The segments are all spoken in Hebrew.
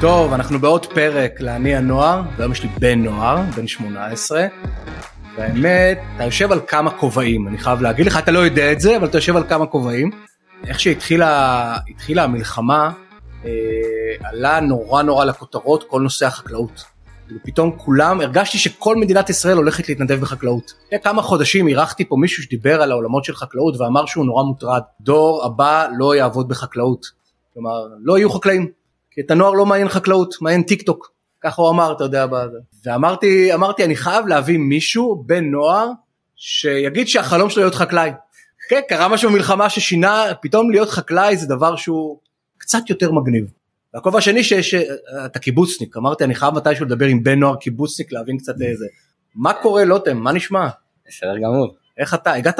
טוב, אנחנו בעוד פרק לעני הנוער, והיום יש לי בן נוער, בן 18. והאמת, אתה יושב על כמה כובעים, אני חייב להגיד לך, אתה לא יודע את זה, אבל אתה יושב על כמה כובעים. איך שהתחילה התחילה המלחמה, אה, עלה נורא נורא לכותרות כל נושא החקלאות. כאילו, פתאום כולם, הרגשתי שכל מדינת ישראל הולכת להתנדב בחקלאות. לפני כמה חודשים אירחתי פה מישהו שדיבר על העולמות של חקלאות ואמר שהוא נורא מוטרד. דור הבא לא יעבוד בחקלאות. כלומר, לא יהיו חקלאים. כי את הנוער לא מעניין חקלאות, מעניין טיק טוק. ככה הוא אמר, אתה יודע, בזה. ואמרתי, אמרתי, אני חייב להביא מישהו, בן נוער, שיגיד שהחלום שלו להיות חקלאי. כן, קרה משהו במלחמה ששינה, פתאום להיות חקלאי זה דבר שהוא קצת יותר מגניב. והכובע השני שיש, אתה קיבוצניק, אמרתי, אני חייב מתישהו לדבר עם בן נוער קיבוצניק, להבין קצת איזה. מה קורה, לוטם? מה נשמע? בסדר גמור. איך אתה? הגעת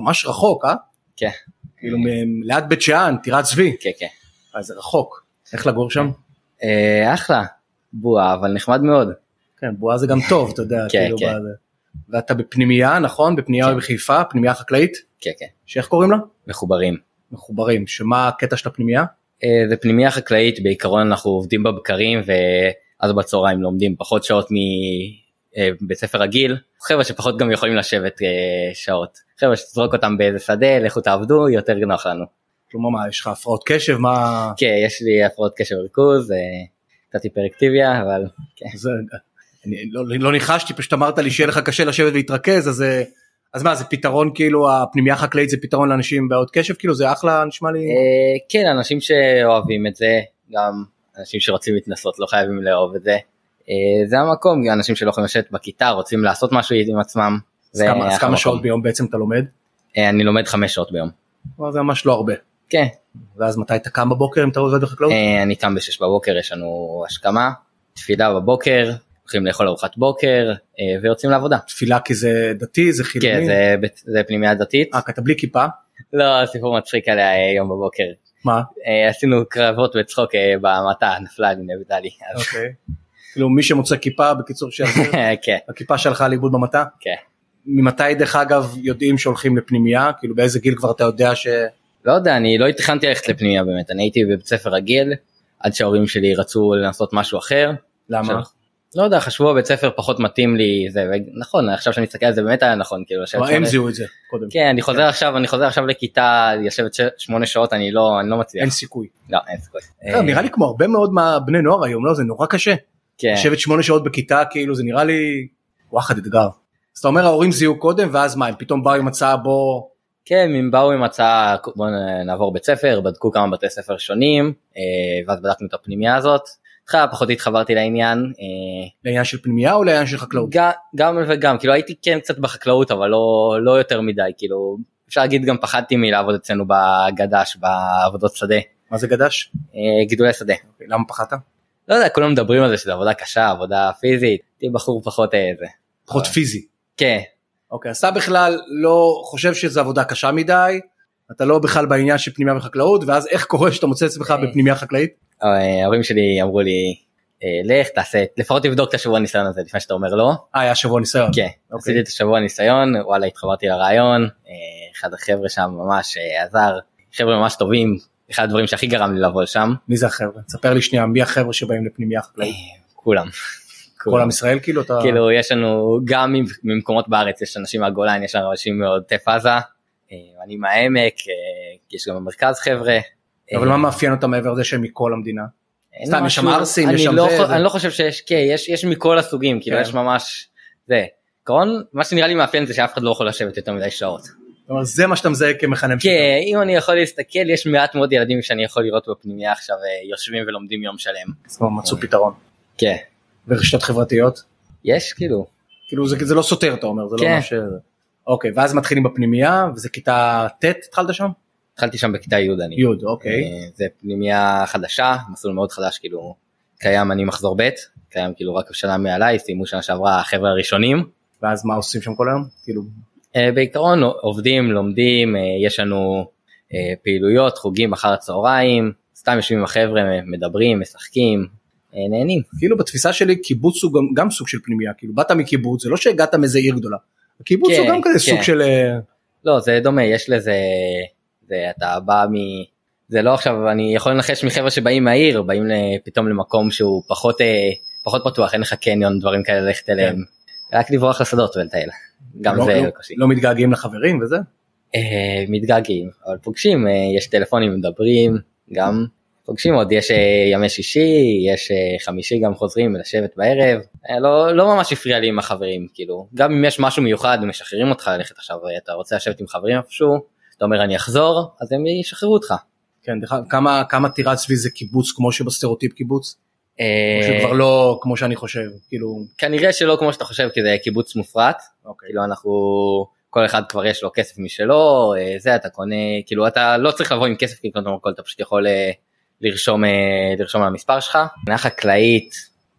ממש רחוק, אה? כן. כאילו, מ- ליד בית שאן, טירת צבי. כן, כן. אז זה רחוק. איך לגור שם? אה, אחלה. בועה, אבל נחמד מאוד. כן, בועה זה גם טוב, אתה יודע, כן, כאילו, כן. בזה. ואתה בפנימייה, נכון? בפנימייה כן. בחיפה, פנימייה חקלאית, כן, כן. שאיך קוראים לה? מחוברים. מחוברים, שמה הקטע של הפנימייה? אה, זה פנימייה חקלאית, בעיקרון אנחנו עובדים בבקרים, ואז בצהריים לומדים פחות שעות מבית ספר רגיל. חבר'ה שפחות גם יכולים לשבת אה, שעות. חבר'ה שתזרוק אותם באיזה שדה, לכו תעבדו, יותר נוח לנו. כלומר, מה, יש לך הפרעות קשב? מה... כן, יש לי הפרעות קשב וריכוז, אה, קצת היפראקטיביה, אבל זה... אני לא, לא ניחשתי, פשוט אמרת לי שיהיה לך קשה לשבת ולהתרכז, אז, אה, אז מה, זה פתרון כאילו, הפנימייה החקלאית זה פתרון לאנשים עם בעיות קשב? כאילו, זה אחלה, נשמע לי... אה, כן, אנשים שאוהבים את זה, גם אנשים שרוצים להתנסות לא חייבים לאהוב את זה. אה, זה המקום, גם אנשים שלא יכולים לשבת בכיתה, רוצים לעשות משהו עם עצמם. אז כמה, אז אחלה כמה מקום. שעות ביום בעצם אתה לומד? אה, אני לומד חמש שעות ביום. כלומר, זה ממש לא הרבה. כן, ואז מתי אתה קם בבוקר אם אתה עובד בחקלאות? אה, אני קם בשש בבוקר, יש לנו השכמה, תפילה בבוקר, הולכים לאכול ארוחת בוקר, אה, ויוצאים לעבודה. תפילה כי זה דתי, זה חילוני? כן, זה בית- זה פנימייה דתית. אה, כי אתה בלי כיפה? לא, סיפור מצחיק עליה אה, היום בבוקר. מה? אה, עשינו קרבות בצחוק אה, במטע, נפלה לי נבדה לי. אז- אוקיי. כאילו מי שמוצא כיפה בקיצור שיחזיר, כן, הכיפה שהלכה לאיבוד במטע. כן. ממתי דרך אגב יודעים שהולכים לפנימייה כאילו באיזה גיל כבר אתה יודע ש... לא יודע, אני לא התכנתי ללכת לפנימייה באמת, אני הייתי בבית ספר רגיל, עד שההורים שלי רצו לעשות משהו אחר. למה? עכשיו, לא יודע, חשבו הבית ספר פחות מתאים לי, זה נכון, עכשיו שאני מסתכל על זה באמת היה נכון, כאילו לשבת... אבל הם שמונה- זיהו את זה קודם. כן, אני חוזר עכשיו, אני חוזר עכשיו לכיתה, לשבת ש- שמונה שעות, אני לא, אני לא מצליח. אין סיכוי. לא, אין סיכוי. אה, נראה לי כמו הרבה מאוד מהבני נוער היום לא זה נורא קשה. כן, לשבת שמונה שעות בכיתה כאילו זה נראה לי וואחד אתגר. אז אתה אומר ההורים זיהו קודם ואז מה הם פתאום באו עם הצעה בוא כן, הם באו עם הצעה, בואו נעבור בית ספר, בדקו כמה בתי ספר שונים, אה, ואז בדקנו את הפנימייה הזאת. בהתחלה פחות התחברתי לעניין, אה, לעניין של פנימייה או לעניין של חקלאות? גם, גם וגם, כאילו הייתי כן קצת בחקלאות אבל לא, לא יותר מדי, כאילו אפשר להגיד גם פחדתי מלעבוד אצלנו בגדש, בעבודות שדה, מה זה גדש? אה, גידולי שדה. אוקיי, למה פחדת? לא יודע, כולם מדברים על זה שזו עבודה קשה, עבודה פיזית, תהיה בחור פחות אה, זה. פחות אה. פיזי. כן, אוקיי, אז אתה בכלל לא חושב שזו עבודה קשה מדי, אתה לא בכלל בעניין של פנימיה וחקלאות, ואז איך קורה שאתה מוצא עצמך אה. בפנימיה חקלאית? אה, ההורים שלי אמרו לי, אה, לך תעשה, לפחות תבדוק את השבוע ניסיון הזה לפני שאתה אומר לא. אה, היה שבוע ניסיון. כן, אוקיי. עשיתי את השבוע ניסיון, וואלה התחברתי לרעיון, אה, אחד החבר'ה שם ממש אה, עזר, חבר'ה ממש טובים, אחד הדברים שהכי גרם לי לבוא לשם, מי זה החבר'ה? תספר לי שנייה, מי החבר'ה שבאים לפנימיה חקלאית? כן. אה, כולם. כל עם ישראל כאילו? אתה... כאילו יש לנו גם ממ- ממקומות בארץ יש אנשים מהגולן יש לנו אנשים מעוטף עזה אה, אני מהעמק אה, יש גם במרכז חבר'ה. אבל אה, מה מאפיין אותם מעבר לזה שהם מכל המדינה? אין סתם, יש שם משהו- ערסים, אני יש שם לא זה, חו- זה. אני לא חושב שיש כן יש יש מכל הסוגים כאילו כן. יש ממש זה. עקרון מה שנראה לי מאפיין זה שאף אחד לא יכול לשבת יותר מדי שעות. כלומר, זה מה שאתה מזהה כמכנה משותף. כן אם אני יכול להסתכל יש מעט מאוד ילדים שאני יכול לראות בפנימייה עכשיו אה, יושבים ולומדים יום שלם. אז כבר מצאו פתרון. כן. ורשתות חברתיות? יש כאילו. כאילו זה, זה לא סותר אתה אומר, זה כן. לא משהו... אוקיי, ואז מתחילים בפנימייה, וזה כיתה ט' התחלת שם? התחלתי שם בכיתה י' אני. י', אוקיי. כן. אה, זה פנימייה חדשה, מסלול מאוד חדש, כאילו, קיים אני מחזור ב', קיים כאילו רק שנה מעליי, סיימו שנה שעברה החבר'ה הראשונים. ואז מה עושים שם כל היום? כאילו, אה, בעיקרון עובדים, לומדים, אה, יש לנו אה, פעילויות, חוגים אחר הצהריים, סתם יושבים עם החבר'ה, מדברים, משחקים, אה, נהנים. כאילו בתפיסה שלי קיבוץ הוא גם, גם סוג של פנימייה כאילו באת מקיבוץ זה לא שהגעת מאיזה עיר גדולה. הקיבוץ כן, הוא גם כזה כן. סוג של אה, לא, זה דומה, יש לזה, זה, אתה בא מ... זה לא עכשיו אני יכול לנחש מחבר'ה שבאים מהעיר באים ל- פתאום למקום שהוא פחות אה, פחות פתוח אין לך קניון דברים כאלה ללכת אליהם רק לברוח לשדות ולטייל. גם כן. לא- זה לא- קושי. לא מתגעגעים לחברים וזה? אה, מתגעגעים אבל פוגשים אה, יש טלפונים מדברים גם פוגשים עוד יש אה, ימי שישי יש אה, חמישי גם חוזרים לשבת בערב אה, לא לא ממש הפריע לי עם החברים כאילו גם אם יש משהו מיוחד משחררים אותך ללכת עכשיו אה, אתה רוצה לשבת עם חברים איפשהו אתה אומר אני אחזור אז הם ישחררו אותך. כן, דרך אגב, כמה- כמה טירת סביב זה קיבוץ כמו שבסטריאוטיפ קיבוץ? או אה, שכבר לא כמו שאני חושב, כאילו, כנראה שלא כמו שאתה חושב כי זה קיבוץ מופרט אוקיי. כאילו אנחנו כל אחד כבר יש לו כסף משלו אה, זה אתה קונה כאילו אתה לא צריך לבוא עם כסף לקנות מרכול אתה פשוט יכול אה, לרשום אה, לרשום על המספר שלך. מדינה חקלאית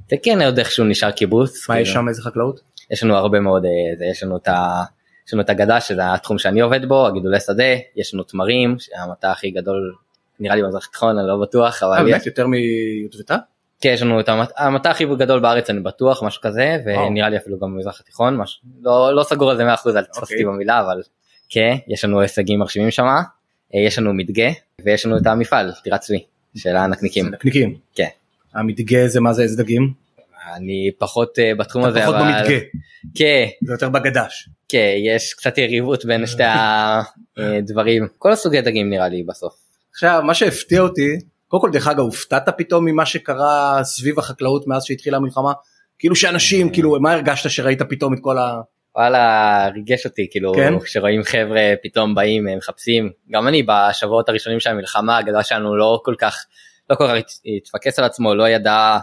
זה כן עוד איכשהו נשאר קיבוץ מה יש כאילו. שם, איזה חקלאות? יש לנו הרבה מאוד אה, זה, יש לנו את ה... יש לנו את הגדה שזה התחום שאני עובד בו הגידולי שדה יש לנו תמרים המטע הכי גדול נראה לי במזרח התיכון אני לא בטוח אה, אבל יש- באמת? יותר מיוטבתה? כן, יש לנו את המת... המטע הכי גדול בארץ אני בטוח משהו כזה ונראה לי אפילו גם במזרח התיכון משהו לא, לא סגור על זה 100% אל תתפוס אותי אוקיי. במילה אבל כן יש לנו הישגים מרשימים שם יש לנו מדגה ויש לנו את המפעל טירת צבי של הנקניקים זה נקניקים. כן. המדגה זה מה זה, איזה דגים? אני פחות אה, בתחום אתה הזה פחות אבל במדגה, כן זה יותר בגדש. כן יש קצת יריבות בין שתי הדברים כל הסוגי דגים נראה לי בסוף. עכשיו, מה שהפתיע אותי, קודם כל, דרך אגב, הופתעת פתאום ממה שקרה סביב החקלאות מאז שהתחילה המלחמה? כאילו אה. שאנשים, כאילו, מה הרגשת שראית פתאום את כל ה... וואלה ריגש אותי כאילו כן? כשרואים חבר'ה פתאום באים הם מחפשים גם אני בשבועות הראשונים של המלחמה הגדה שלנו לא כל כך לא כל כך הת- התפקס על עצמו לא ידע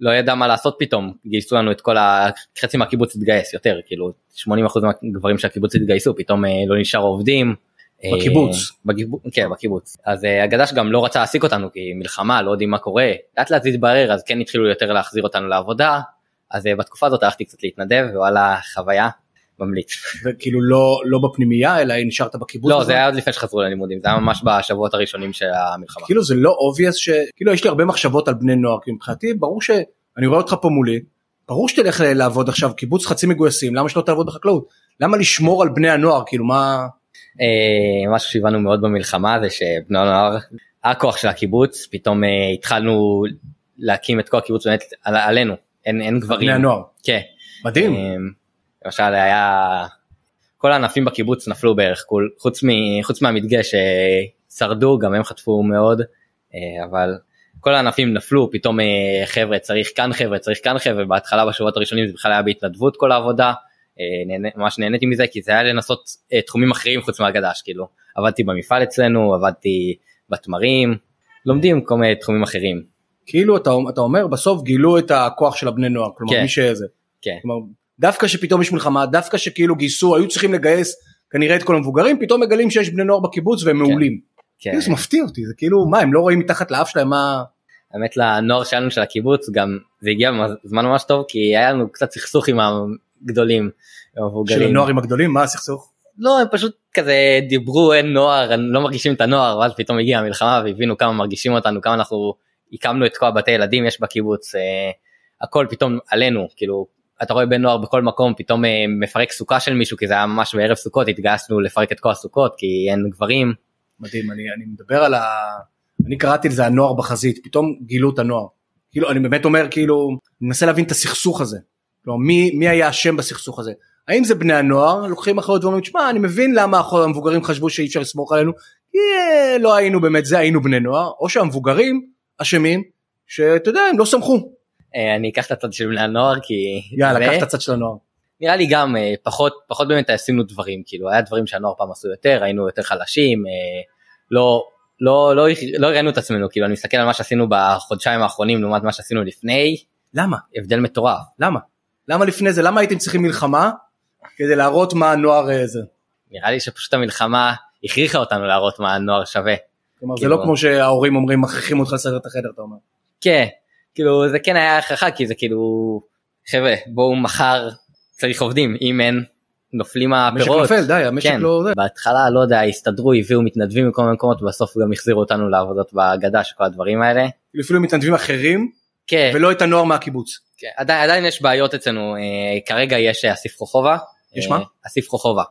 לא ידע מה לעשות פתאום גייסו לנו את כל ה... חצי מהקיבוץ התגייס יותר כאילו 80% מהגברים של הקיבוץ התגייסו פתאום אה, לא נשאר עובדים. אה, בקיבוץ. בקיבוץ, כן נכון. בקיבוץ אז אה, הגד"ש גם לא רצה להעסיק אותנו כי מלחמה לא יודעים מה קורה לאט לאט זה התברר אז כן התחילו יותר להחזיר אותנו לעבודה אז אה, בתקופה הזאת הלכתי קצת להתנדב ווואלה חוויה ממליץ. וכאילו לא, לא בפנימייה, אלא נשארת בקיבוץ? לא הזה? זה היה עוד לפני שחזרו ללימודים זה היה ממש בשבועות הראשונים של המלחמה. כאילו זה לא obvious ש... כאילו יש לי הרבה מחשבות על בני נוער, כי מבחינתי ברור ש... אני רואה אותך פה מולי, ברור שתלך ל- לעבוד עכשיו, קיבוץ חצי מגויסים, למה שלא תעבוד בחקלאות? למה לשמור על בני הנוער, כאילו מה... אה, משהו שהבנו מאוד במלחמה זה שבני הנוער הכוח של הקיבוץ פתאום אה, התחלנו להקים את כל הקיבוץ באמת על, עלינו אין, אין גברים. בני הנוער. כן. מדהים. אמ, למשל היה כל הענפים בקיבוץ נפלו בערך כול- חוץ, מ, חוץ מהמדגה ששרדו גם הם חטפו מאוד אה, אבל כל הענפים נפלו פתאום אה, חבר'ה צריך כאן חבר'ה צריך כאן חבר'ה בהתחלה בשבועות הראשונים זה בכלל היה בהתנדבות כל העבודה אה, נהנה, ממש נהניתי מזה כי זה היה לנסות אה, תחומים אחרים חוץ מהגד"ש כאילו עבדתי במפעל אצלנו עבדתי בתמרים לומדים כל מיני תחומים אחרים. כאילו אתה, אתה אומר בסוף גילו את הכוח של הבני נוער, כלומר כן. מי שזה. כן. כלומר דווקא שפתאום יש מלחמה, דווקא שכאילו גייסו, היו צריכים לגייס כנראה את כל המבוגרים, פתאום מגלים שיש בני נוער בקיבוץ והם כן. מעולים. כן. כאילו זה מפתיע אותי, זה כאילו מה הם לא רואים מתחת לאף שלהם מה... האמת לנוער שלנו של הקיבוץ גם זה הגיע בזמן ממש טוב כי היה לנו קצת סכסוך עם הגדולים. עם של המבוגרים. הנוערים הגדולים, מה הסכסוך? לא הם פשוט כזה דיברו אין נוער הם לא מרגישים את הנוער ואז פתאום הגיעה המלחמה והבינו כמה מרגישים אותנו כמה אנחנו הקמנו את כל הבתי ילדים יש בקיבוץ אה, הכל פתאום עלינו כאילו אתה רואה בן נוער בכל מקום פתאום אה, מפרק סוכה של מישהו כי זה היה ממש בערב סוכות התגייסנו לפרק את כל הסוכות כי אין גברים מדהים, אני, אני מדבר על ה... אני קראתי לזה הנוער בחזית, פתאום גילו את הנוער. כאילו, אני באמת אומר, כאילו, אני מנסה להבין את הסכסוך הזה. כלומר, מי, מי היה אשם בסכסוך הזה? האם זה בני הנוער, לוקחים אחריות ואומרים, שמע, אני מבין למה אנחנו- המבוגרים חשבו שאי אפשר לסמוך עלינו, כי אה, לא היינו באמת זה, היינו בני נוער, או שהמבוגרים אשמים, שאתה יודע, הם לא שמחו. אה, אני אקח את הצד של בני הנוער כי יאללה, זה- קח את הצד של הנוער. נראה לי גם אה, פחות פחות באמת עשינו דברים כאילו היה דברים שהנוער פעם עשו יותר היינו יותר חלשים אה, לא לא לא לא הראינו את עצמנו כאילו אני מסתכל על מה שעשינו בחודשיים האחרונים לעומת מה שעשינו לפני למה? הבדל מטורף למה? למה לפני זה? למה הייתם צריכים מלחמה כדי להראות מה הנוער אה, זה? נראה לי שפשוט המלחמה הכריחה אותנו להראות מה הנוער שווה כלומר, זה כאילו- לא כמו שההורים אומרים, מכריחים אותך לסדר את החדר, אתה אומר. כן כאילו זה כן היה הכרחה כי זה כאילו חבר'ה בואו מחר צריך עובדים אם אין נופלים המשק הפירות. נופל, די, המשק כן, לא... זה. בהתחלה לא יודע הסתדרו הביאו מתנדבים מכל מיני מקומות בסוף גם החזירו אותנו לעבודות בהגדה של כל הדברים האלה. כאילו אפילו מתנדבים אחרים, כן, ולא את הנוער מהקיבוץ. כן, עדיין, עדיין יש בעיות אצלנו אה, כרגע יש אה, אסיף חוכובה. יש אה, מה? אסיף חוכובה.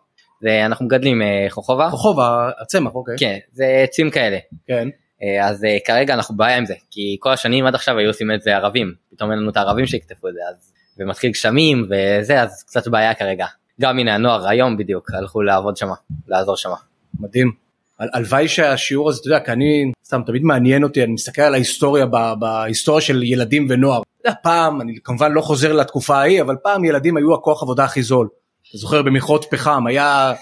זה, אנחנו מגדלים אה, חוכובה. רחוב, הצמח, אוקיי. כן זה עצים כאלה כן. אה, אז אה, כרגע אנחנו בעיה עם זה, כי כל השנים עד עכשיו היו עושים את זה ערבים, פתאום אין לנו את הערבים שיקטפו את זה, אז, ומתחיל גשמים וזה, אז קצת בעיה כרגע. גם הנה הנוער היום בדיוק הלכו לעבוד שמה, לעזור שמה. מדהים. הל- הלוואי שהשיעור הזה, אתה יודע, כי אני, סתם, תמיד מעניין אותי, אני מסתכל על ההיסטוריה, ב- בהיסטוריה של ילדים ונוער. אתה יודע, פעם, אני כמובן לא חוזר לתקופה ההיא, אבל פעם ילדים היו הכוח עבודה הכי זול. אתה זוכר במכרות פחם, היה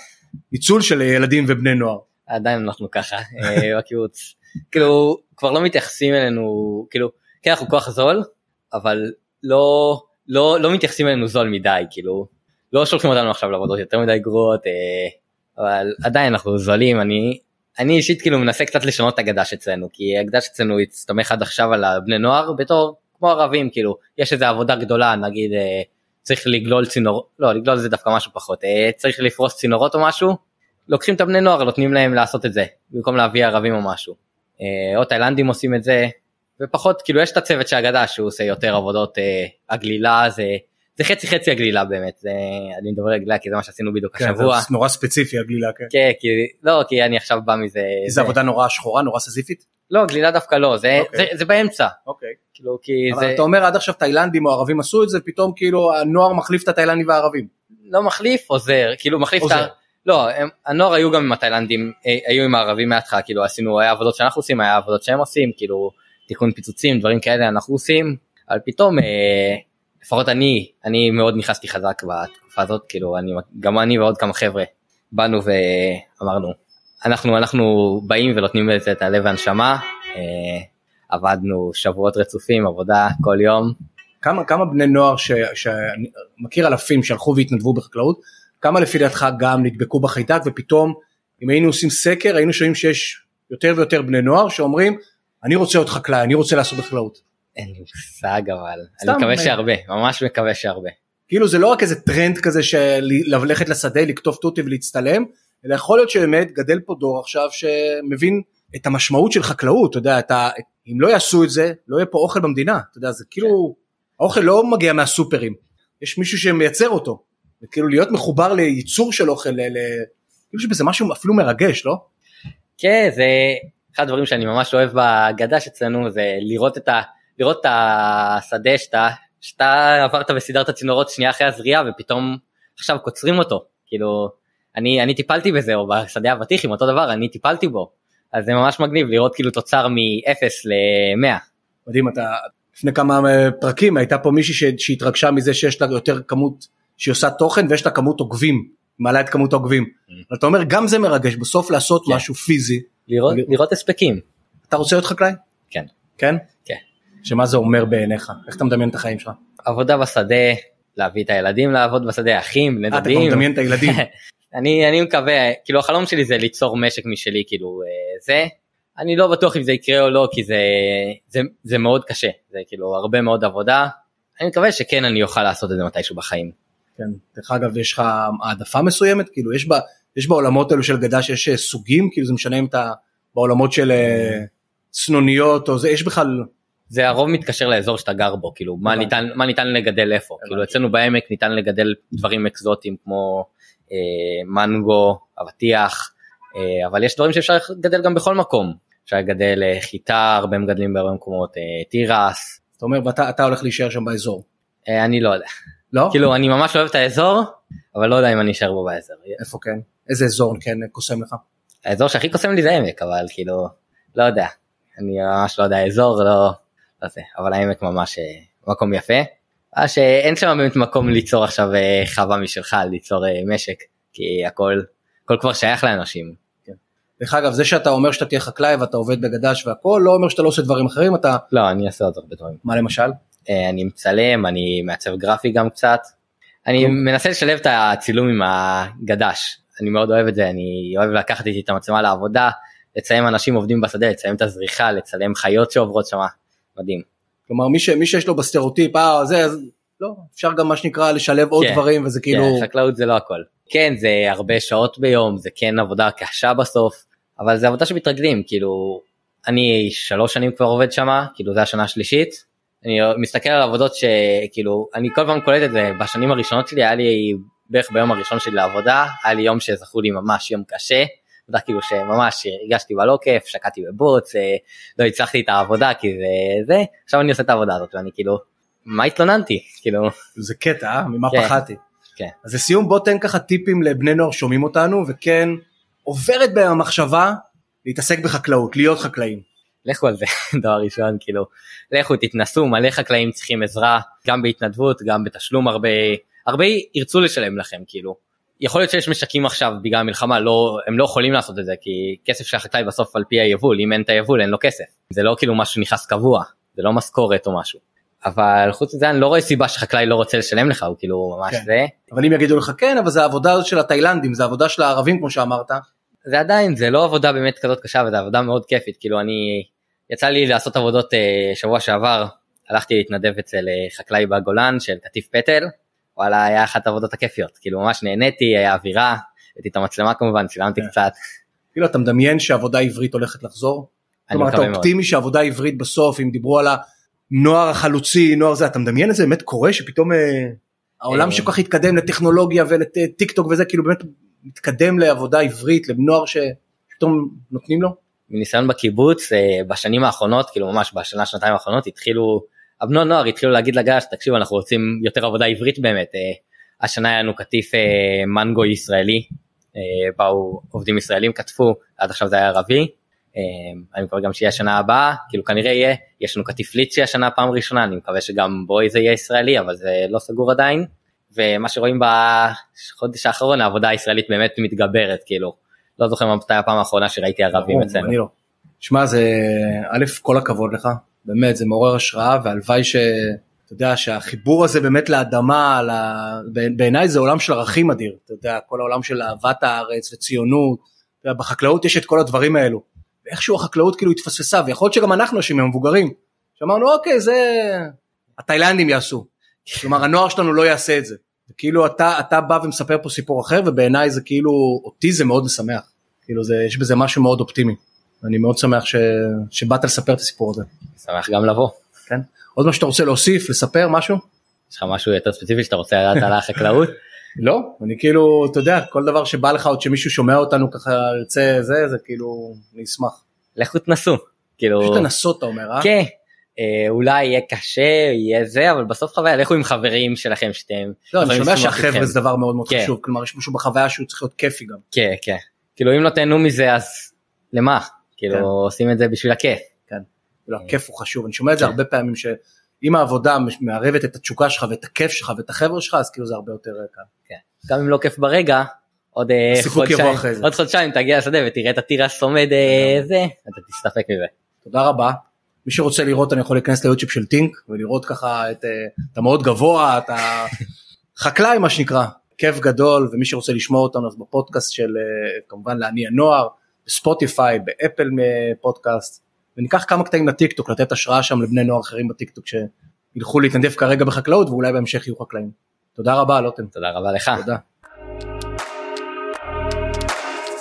ניצול של ילדים ובני נוער. עדיין אנחנו ככה אה, בקיבוץ כאילו כבר לא מתייחסים אלינו כאילו כן אנחנו כוח זול אבל לא לא לא מתייחסים אלינו זול מדי כאילו לא שולחים אותנו עכשיו לעבודות יותר מדי גרועות אה, אבל עדיין אנחנו זולים אני אני אישית כאילו מנסה קצת לשנות את הגדש אצלנו כי הגדש אצלנו הסתמך עד עכשיו על הבני נוער בתור כמו ערבים כאילו יש איזו עבודה גדולה נגיד אה, צריך לגלול צינור לא לגלול זה דווקא משהו פחות אה, צריך לפרוס צינורות או משהו לוקחים את הבני נוער נותנים להם לעשות את זה במקום להביא ערבים או משהו. אה, או תאילנדים עושים את זה ופחות כאילו יש את הצוות של הגדה שהוא עושה יותר עבודות אה, הגלילה זה זה חצי חצי הגלילה באמת זה, אני מדבר על הגלילה כי זה מה שעשינו בדיוק כן, זה השבוע. נורא ספציפי הגלילה, כן. כן כי לא כי אני עכשיו בא מזה זה עבודה נורא שחורה, נורא סזיפית? לא גלילה דווקא לא זה, אוקיי. זה, זה באמצע אוקיי. כאילו כי אבל זה אתה אומר עד עכשיו תאילנדים או ערבים עשו את זה, פתאום כאילו הנוער מחליף את התאילנדים והערבים. לא מחליף עוזר כאילו מחליף את עוזר. ה... לא הם, הנוער היו גם עם התאילנדים אה, היו עם הערבים מההתחלה כאילו עשינו היה עבודות שאנחנו עושים היה עבודות שהם עושים כאילו תיקון פיצוצים דברים כאלה אנחנו עושים אבל פתאום אה, לפחות אני אני מאוד נכנסתי חזק בתקופה הזאת כאילו אני גם אני ועוד כמה חבר'ה באנו ואמרנו אנחנו אנחנו באים ונותנים לזה את הלב והנשמה אה, עבדנו שבועות רצופים עבודה כל יום כמה, כמה בני נוער ש- שאני מכיר אלפים שהלכו והתנדבו בחקלאות, כמה לפי דעתך גם נדבקו בחיידק ופתאום אם היינו עושים סקר היינו שומעים שיש יותר ויותר בני נוער שאומרים אני רוצה להיות חקלאי, אני רוצה לעשות בחקלאות. אין לי מושג אבל סתם, אני מקווה אה, שהרבה ממש מקווה שהרבה. כאילו זה לא רק איזה טרנד כזה של ללכת לשדה, לקטוף תותי ולהצטלם, אלא יכול להיות שבאמת גדל פה דור עכשיו שמבין את המשמעות של חקלאות, אתה יודע, אתה, אם לא יעשו את זה, לא יהיה פה אוכל במדינה, אתה יודע, זה כאילו, האוכל לא מגיע מהסופרים, יש מישהו שמייצר אותו, וכאילו להיות מחובר לייצור של אוכל, ל... ל- כאילו שבזה משהו אפילו מרגש, לא? כן, זה אחד הדברים שאני ממש אוהב בגדש אצלנו, זה לראות את, ה, לראות את השדה שאתה, שאתה עברת וסידרת צינורות שנייה אחרי הזריעה, ופתאום עכשיו קוצרים אותו. כאילו, אני, אני טיפלתי בזה, או בשדה אבטיחים, אותו דבר, אני טיפלתי בו. אז זה ממש מגניב לראות כאילו תוצר מ-0 ל-100. מדהים, אתה, לפני כמה אה, פרקים הייתה פה מישהי ש- שהתרגשה מזה שיש לה יותר כמות, שהיא עושה תוכן ויש לה כמות עוקבים, מעלה את כמות העוקבים. אבל אתה אומר גם זה מרגש, בסוף לעשות Mm-hmm. כן. משהו פיזי, לראות, אני- לראות הספקים. אתה רוצה להיות חקלאי? כן. כן? כן. שמה זה אומר בעיניך? איך אתה מדמיין את החיים שלך? אה, עבודה בשדה, להביא את הילדים לעבוד בשדה, אחים, בני אה, אתה דודים. כבר מדמיין את הילדים. אני, אני מקווה, כאילו החלום שלי זה ליצור משק משלי, כאילו אה, זה, אני לא בטוח אם זה יקרה או לא, כי זה, זה, זה מאוד קשה, זה כאילו הרבה מאוד עבודה, אני מקווה שכן אני אוכל לעשות את זה מתישהו בחיים. כן. דרך אגב, יש לך העדפה מסוימת? כאילו, יש, בה, יש בעולמות האלו של גדש, יש אה, סוגים? כאילו, זה משנה אם אתה בעולמות של אה, Mm-hmm. צנוניות או זה, יש בכלל... זה הרוב מתקשר לאזור שאתה גר בו, כאילו מה הבנתי. ניתן, מה ניתן לגדל איפה, כאילו אצלנו בעמק ניתן לגדל דברים אקזוטיים כמו אה, מנגו, אבטיח, אה, אבל יש דברים שאפשר לגדל גם בכל מקום, אפשר לגדל אה, חיטה, הרבה מגדלים בהרבה מקומות, אה, תירס, אתה אומר, ואתה אתה הולך להישאר שם באזור. אה, אני לא יודע. לא? כאילו אני ממש אוהב את האזור אבל לא יודע אם אני אשאר בו באזור. איפה כן? איזה אזור כן קוסם לך? האזור שהכי קוסם לי זה העמק אבל כאילו לא יודע אני ממש לא יודע האזור לא, לא זה אבל העמק ממש אה, מקום יפה. אה, שאין שם באמת מקום ליצור עכשיו אה, חווה משלך ליצור אה, משק כי הכל הכל כבר שייך לאנשים. דרך אגב, זה שאתה אומר שאתה תהיה חקלאי ואתה עובד בגדש והכל, לא אומר שאתה לא עושה דברים אחרים, אתה... לא אני עושה עוד הרבה דברים מה למשל? אה, אני מצלם אני מעצב גרפי גם קצת. אני טוב. מנסה לשלב את הצילום עם הגדש אני מאוד אוהב את זה אני אוהב לקחת איתי את המצלמה לעבודה לצלם אנשים עובדים בשדה לצלם את הזריחה לצלם חיות שעוברות שמה מדהים כלומר, מי, ש... מי שיש לו בסטריאוטיפ, אה, זה, אז... לא, אפשר גם מה שנקרא לשלב עוד כן, דברים, וזה כאילו... כן, חקלאות זה לא הכל כן זה הרבה שעות ביום זה כן עבודה קשה בסוף אבל זה עבודה שמתרגלים כאילו אני שלוש שנים כבר עובד שמה כאילו זה השנה השלישית אני מסתכל על עבודות שכאילו אני כל פעם קולט את זה בשנים הראשונות שלי היה לי בערך ביום הראשון שלי לעבודה היה לי יום שזכור לי ממש יום קשה עבודה כאילו שממש הרגשתי בה לא כיף, שקעתי בבוץ, אה, לא הצלחתי את העבודה כי זה זה, עכשיו אני עושה את העבודה הזאת ואני כאילו, מה התלוננתי? כאילו, זה קטע, אה? ממה כן. פחדתי. כן. אז לסיום בוא תן ככה טיפים לבני נוער שומעים אותנו, וכן עוברת בהם המחשבה להתעסק בחקלאות, להיות חקלאים. לכו על זה, דבר ראשון, כאילו, לכו תתנסו, מלא חקלאים צריכים עזרה, גם בהתנדבות, גם בתשלום הרבה, הרבה ירצו לשלם לכם, כאילו. יכול להיות שיש משקים עכשיו בגלל המלחמה, לא, הם לא יכולים לעשות את זה, כי כסף של החקלאי בסוף על פי היבול, אם אין את היבול אין לו כסף. זה לא כאילו משהו נכנס קבוע, זה לא משכורת או משהו. אבל חוץ מזה אני לא רואה סיבה שחקלאי לא רוצה לשלם לך, הוא כאילו ממש כן. זה. אבל אם יגידו לך כן, אבל זה העבודה הזאת של התאילנדים, זה העבודה של הערבים כמו שאמרת. זה עדיין זה לא עבודה באמת כזאת קשה וזה עבודה מאוד כיפית כאילו אני יצא לי לעשות עבודות אה, שבוע שעבר הלכתי להתנדב אצל אה, חקלאי בגולן של קטיף פטל וואלה היה אחת העבודות הכיפיות כאילו ממש נהניתי היה אווירה הייתי את המצלמה כמובן צילמתי כן. קצת. כאילו אתה מדמיין שעבודה עברית הולכת לחזור? אני כלומר אתה מקווה מאוד. אופטימי שהעבודה העברית בסוף, אם דיברו על הנוער החלוצי, נוער זה, אתה מדמיין את זה באמת קורה שפתאום אה, העולם אה. שכל כך התקדם לטכנולוגיה ולטיק טוק וזה, כאילו באמת מתקדם לעבודה עברית, לנוער שפתאום נותנים לו? מניסיון בקיבוץ אה, בשנים האחרונות כאילו ממש בשנה שנתיים האחרונות התחילו הבני נוער התחילו להגיד לגש תקשיב אנחנו רוצים יותר עבודה עברית באמת אה, השנה היה לנו קטיף אה, מנגו ישראלי אה, באו עובדים ישראלים כתפו עד עכשיו זה היה ערבי אה, אני מקווה גם שיהיה השנה הבאה כאילו כנראה יהיה יש לנו קטיף ליצ'י השנה פעם ראשונה אני מקווה שגם בו זה יהיה ישראלי אבל זה לא סגור עדיין ומה שרואים בחודש האחרון העבודה הישראלית באמת מתגברת כאילו לא זוכר מתי הפעם האחרונה שראיתי ערבים ברור, אצלנו. אני לא. שמע זה א' כל הכבוד לך באמת זה מעורר השראה והלוואי שאתה יודע שהחיבור הזה באמת לאדמה ל... בעיני- בעיניי זה עולם של ערכים אדיר אתה יודע כל העולם של אהבת הארץ וציונות אתה יודע, בחקלאות יש את כל הדברים האלו ואיכשהו החקלאות כאילו התפספסה ויכול להיות שגם אנחנו אשמים המבוגרים שאמרנו אוקיי זה התאילנדים יעשו כלומר הנוער שלנו לא יעשה את זה כאילו אתה אתה בא ומספר פה סיפור אחר ובעיניי זה כאילו אותי זה מאוד משמח כאילו זה יש בזה משהו מאוד אופטימי אני מאוד שמח ש, שבאת לספר את הסיפור הזה שמח גם לבוא. כן עוד מה שאתה רוצה להוסיף לספר משהו יש לך משהו יותר ספציפי שאתה רוצה לדעת על החקלאות? לא אני כאילו אתה יודע כל דבר שבא לך עוד שמישהו שומע אותנו ככה ירצה זה זה כאילו אני אשמח לכו תנסו. כאילו, פשוט לנסות אתה אומר אה כן, אה, אולי יהיה קשה, יהיה זה, אבל בסוף חוויה, לכו עם חברים שלכם שאתם, לא, אני אבל שומע אני אשמח שהחבר'ה איתכם. זה דבר מאוד מאוד כן. חשוב כלומר יש משהו בחוויה שהוא צריך להיות כיפי גם כן, כן. כאילו אם לא תהנו מזה אז למה? כאילו כן. עושים את זה בשביל הכיף. לא, הכיף הוא חשוב אני שומע את זה כן. הרבה פעמים שאם העבודה מערבת את התשוקה שלך ואת הכיף שלך ואת החבר'ה שלך אז כאילו זה הרבה יותר קל. גם אם לא כיף ברגע, עוד אה, הסיפוק יבוא חודשיים- אחרי זה. עוד חודשיים תגיע לשדה ותראה את התירס עומד אה, זה, אתה תסתפק מזה. תודה רבה. מי שרוצה לראות אני יכול להיכנס ליוטיוב של טינק ולראות ככה את... אה, אתה מאוד גבוה, אתה חקלאי מה שנקרא, כיף גדול ומי שרוצה לשמוע אותנו אז בפודקאסט של אה, כמובן להניע נוער, בספוטיפיי, באפל אה, פודקאסט, וניקח כמה קטעים לטיק טוק לתת השראה שם לבני נוער אחרים בטיק טוק שילכו להתנדב כרגע בחקלאות ואולי בהמשך יהיו חקלאים. תודה רבה לא לוטם. תודה רבה לך. תודה.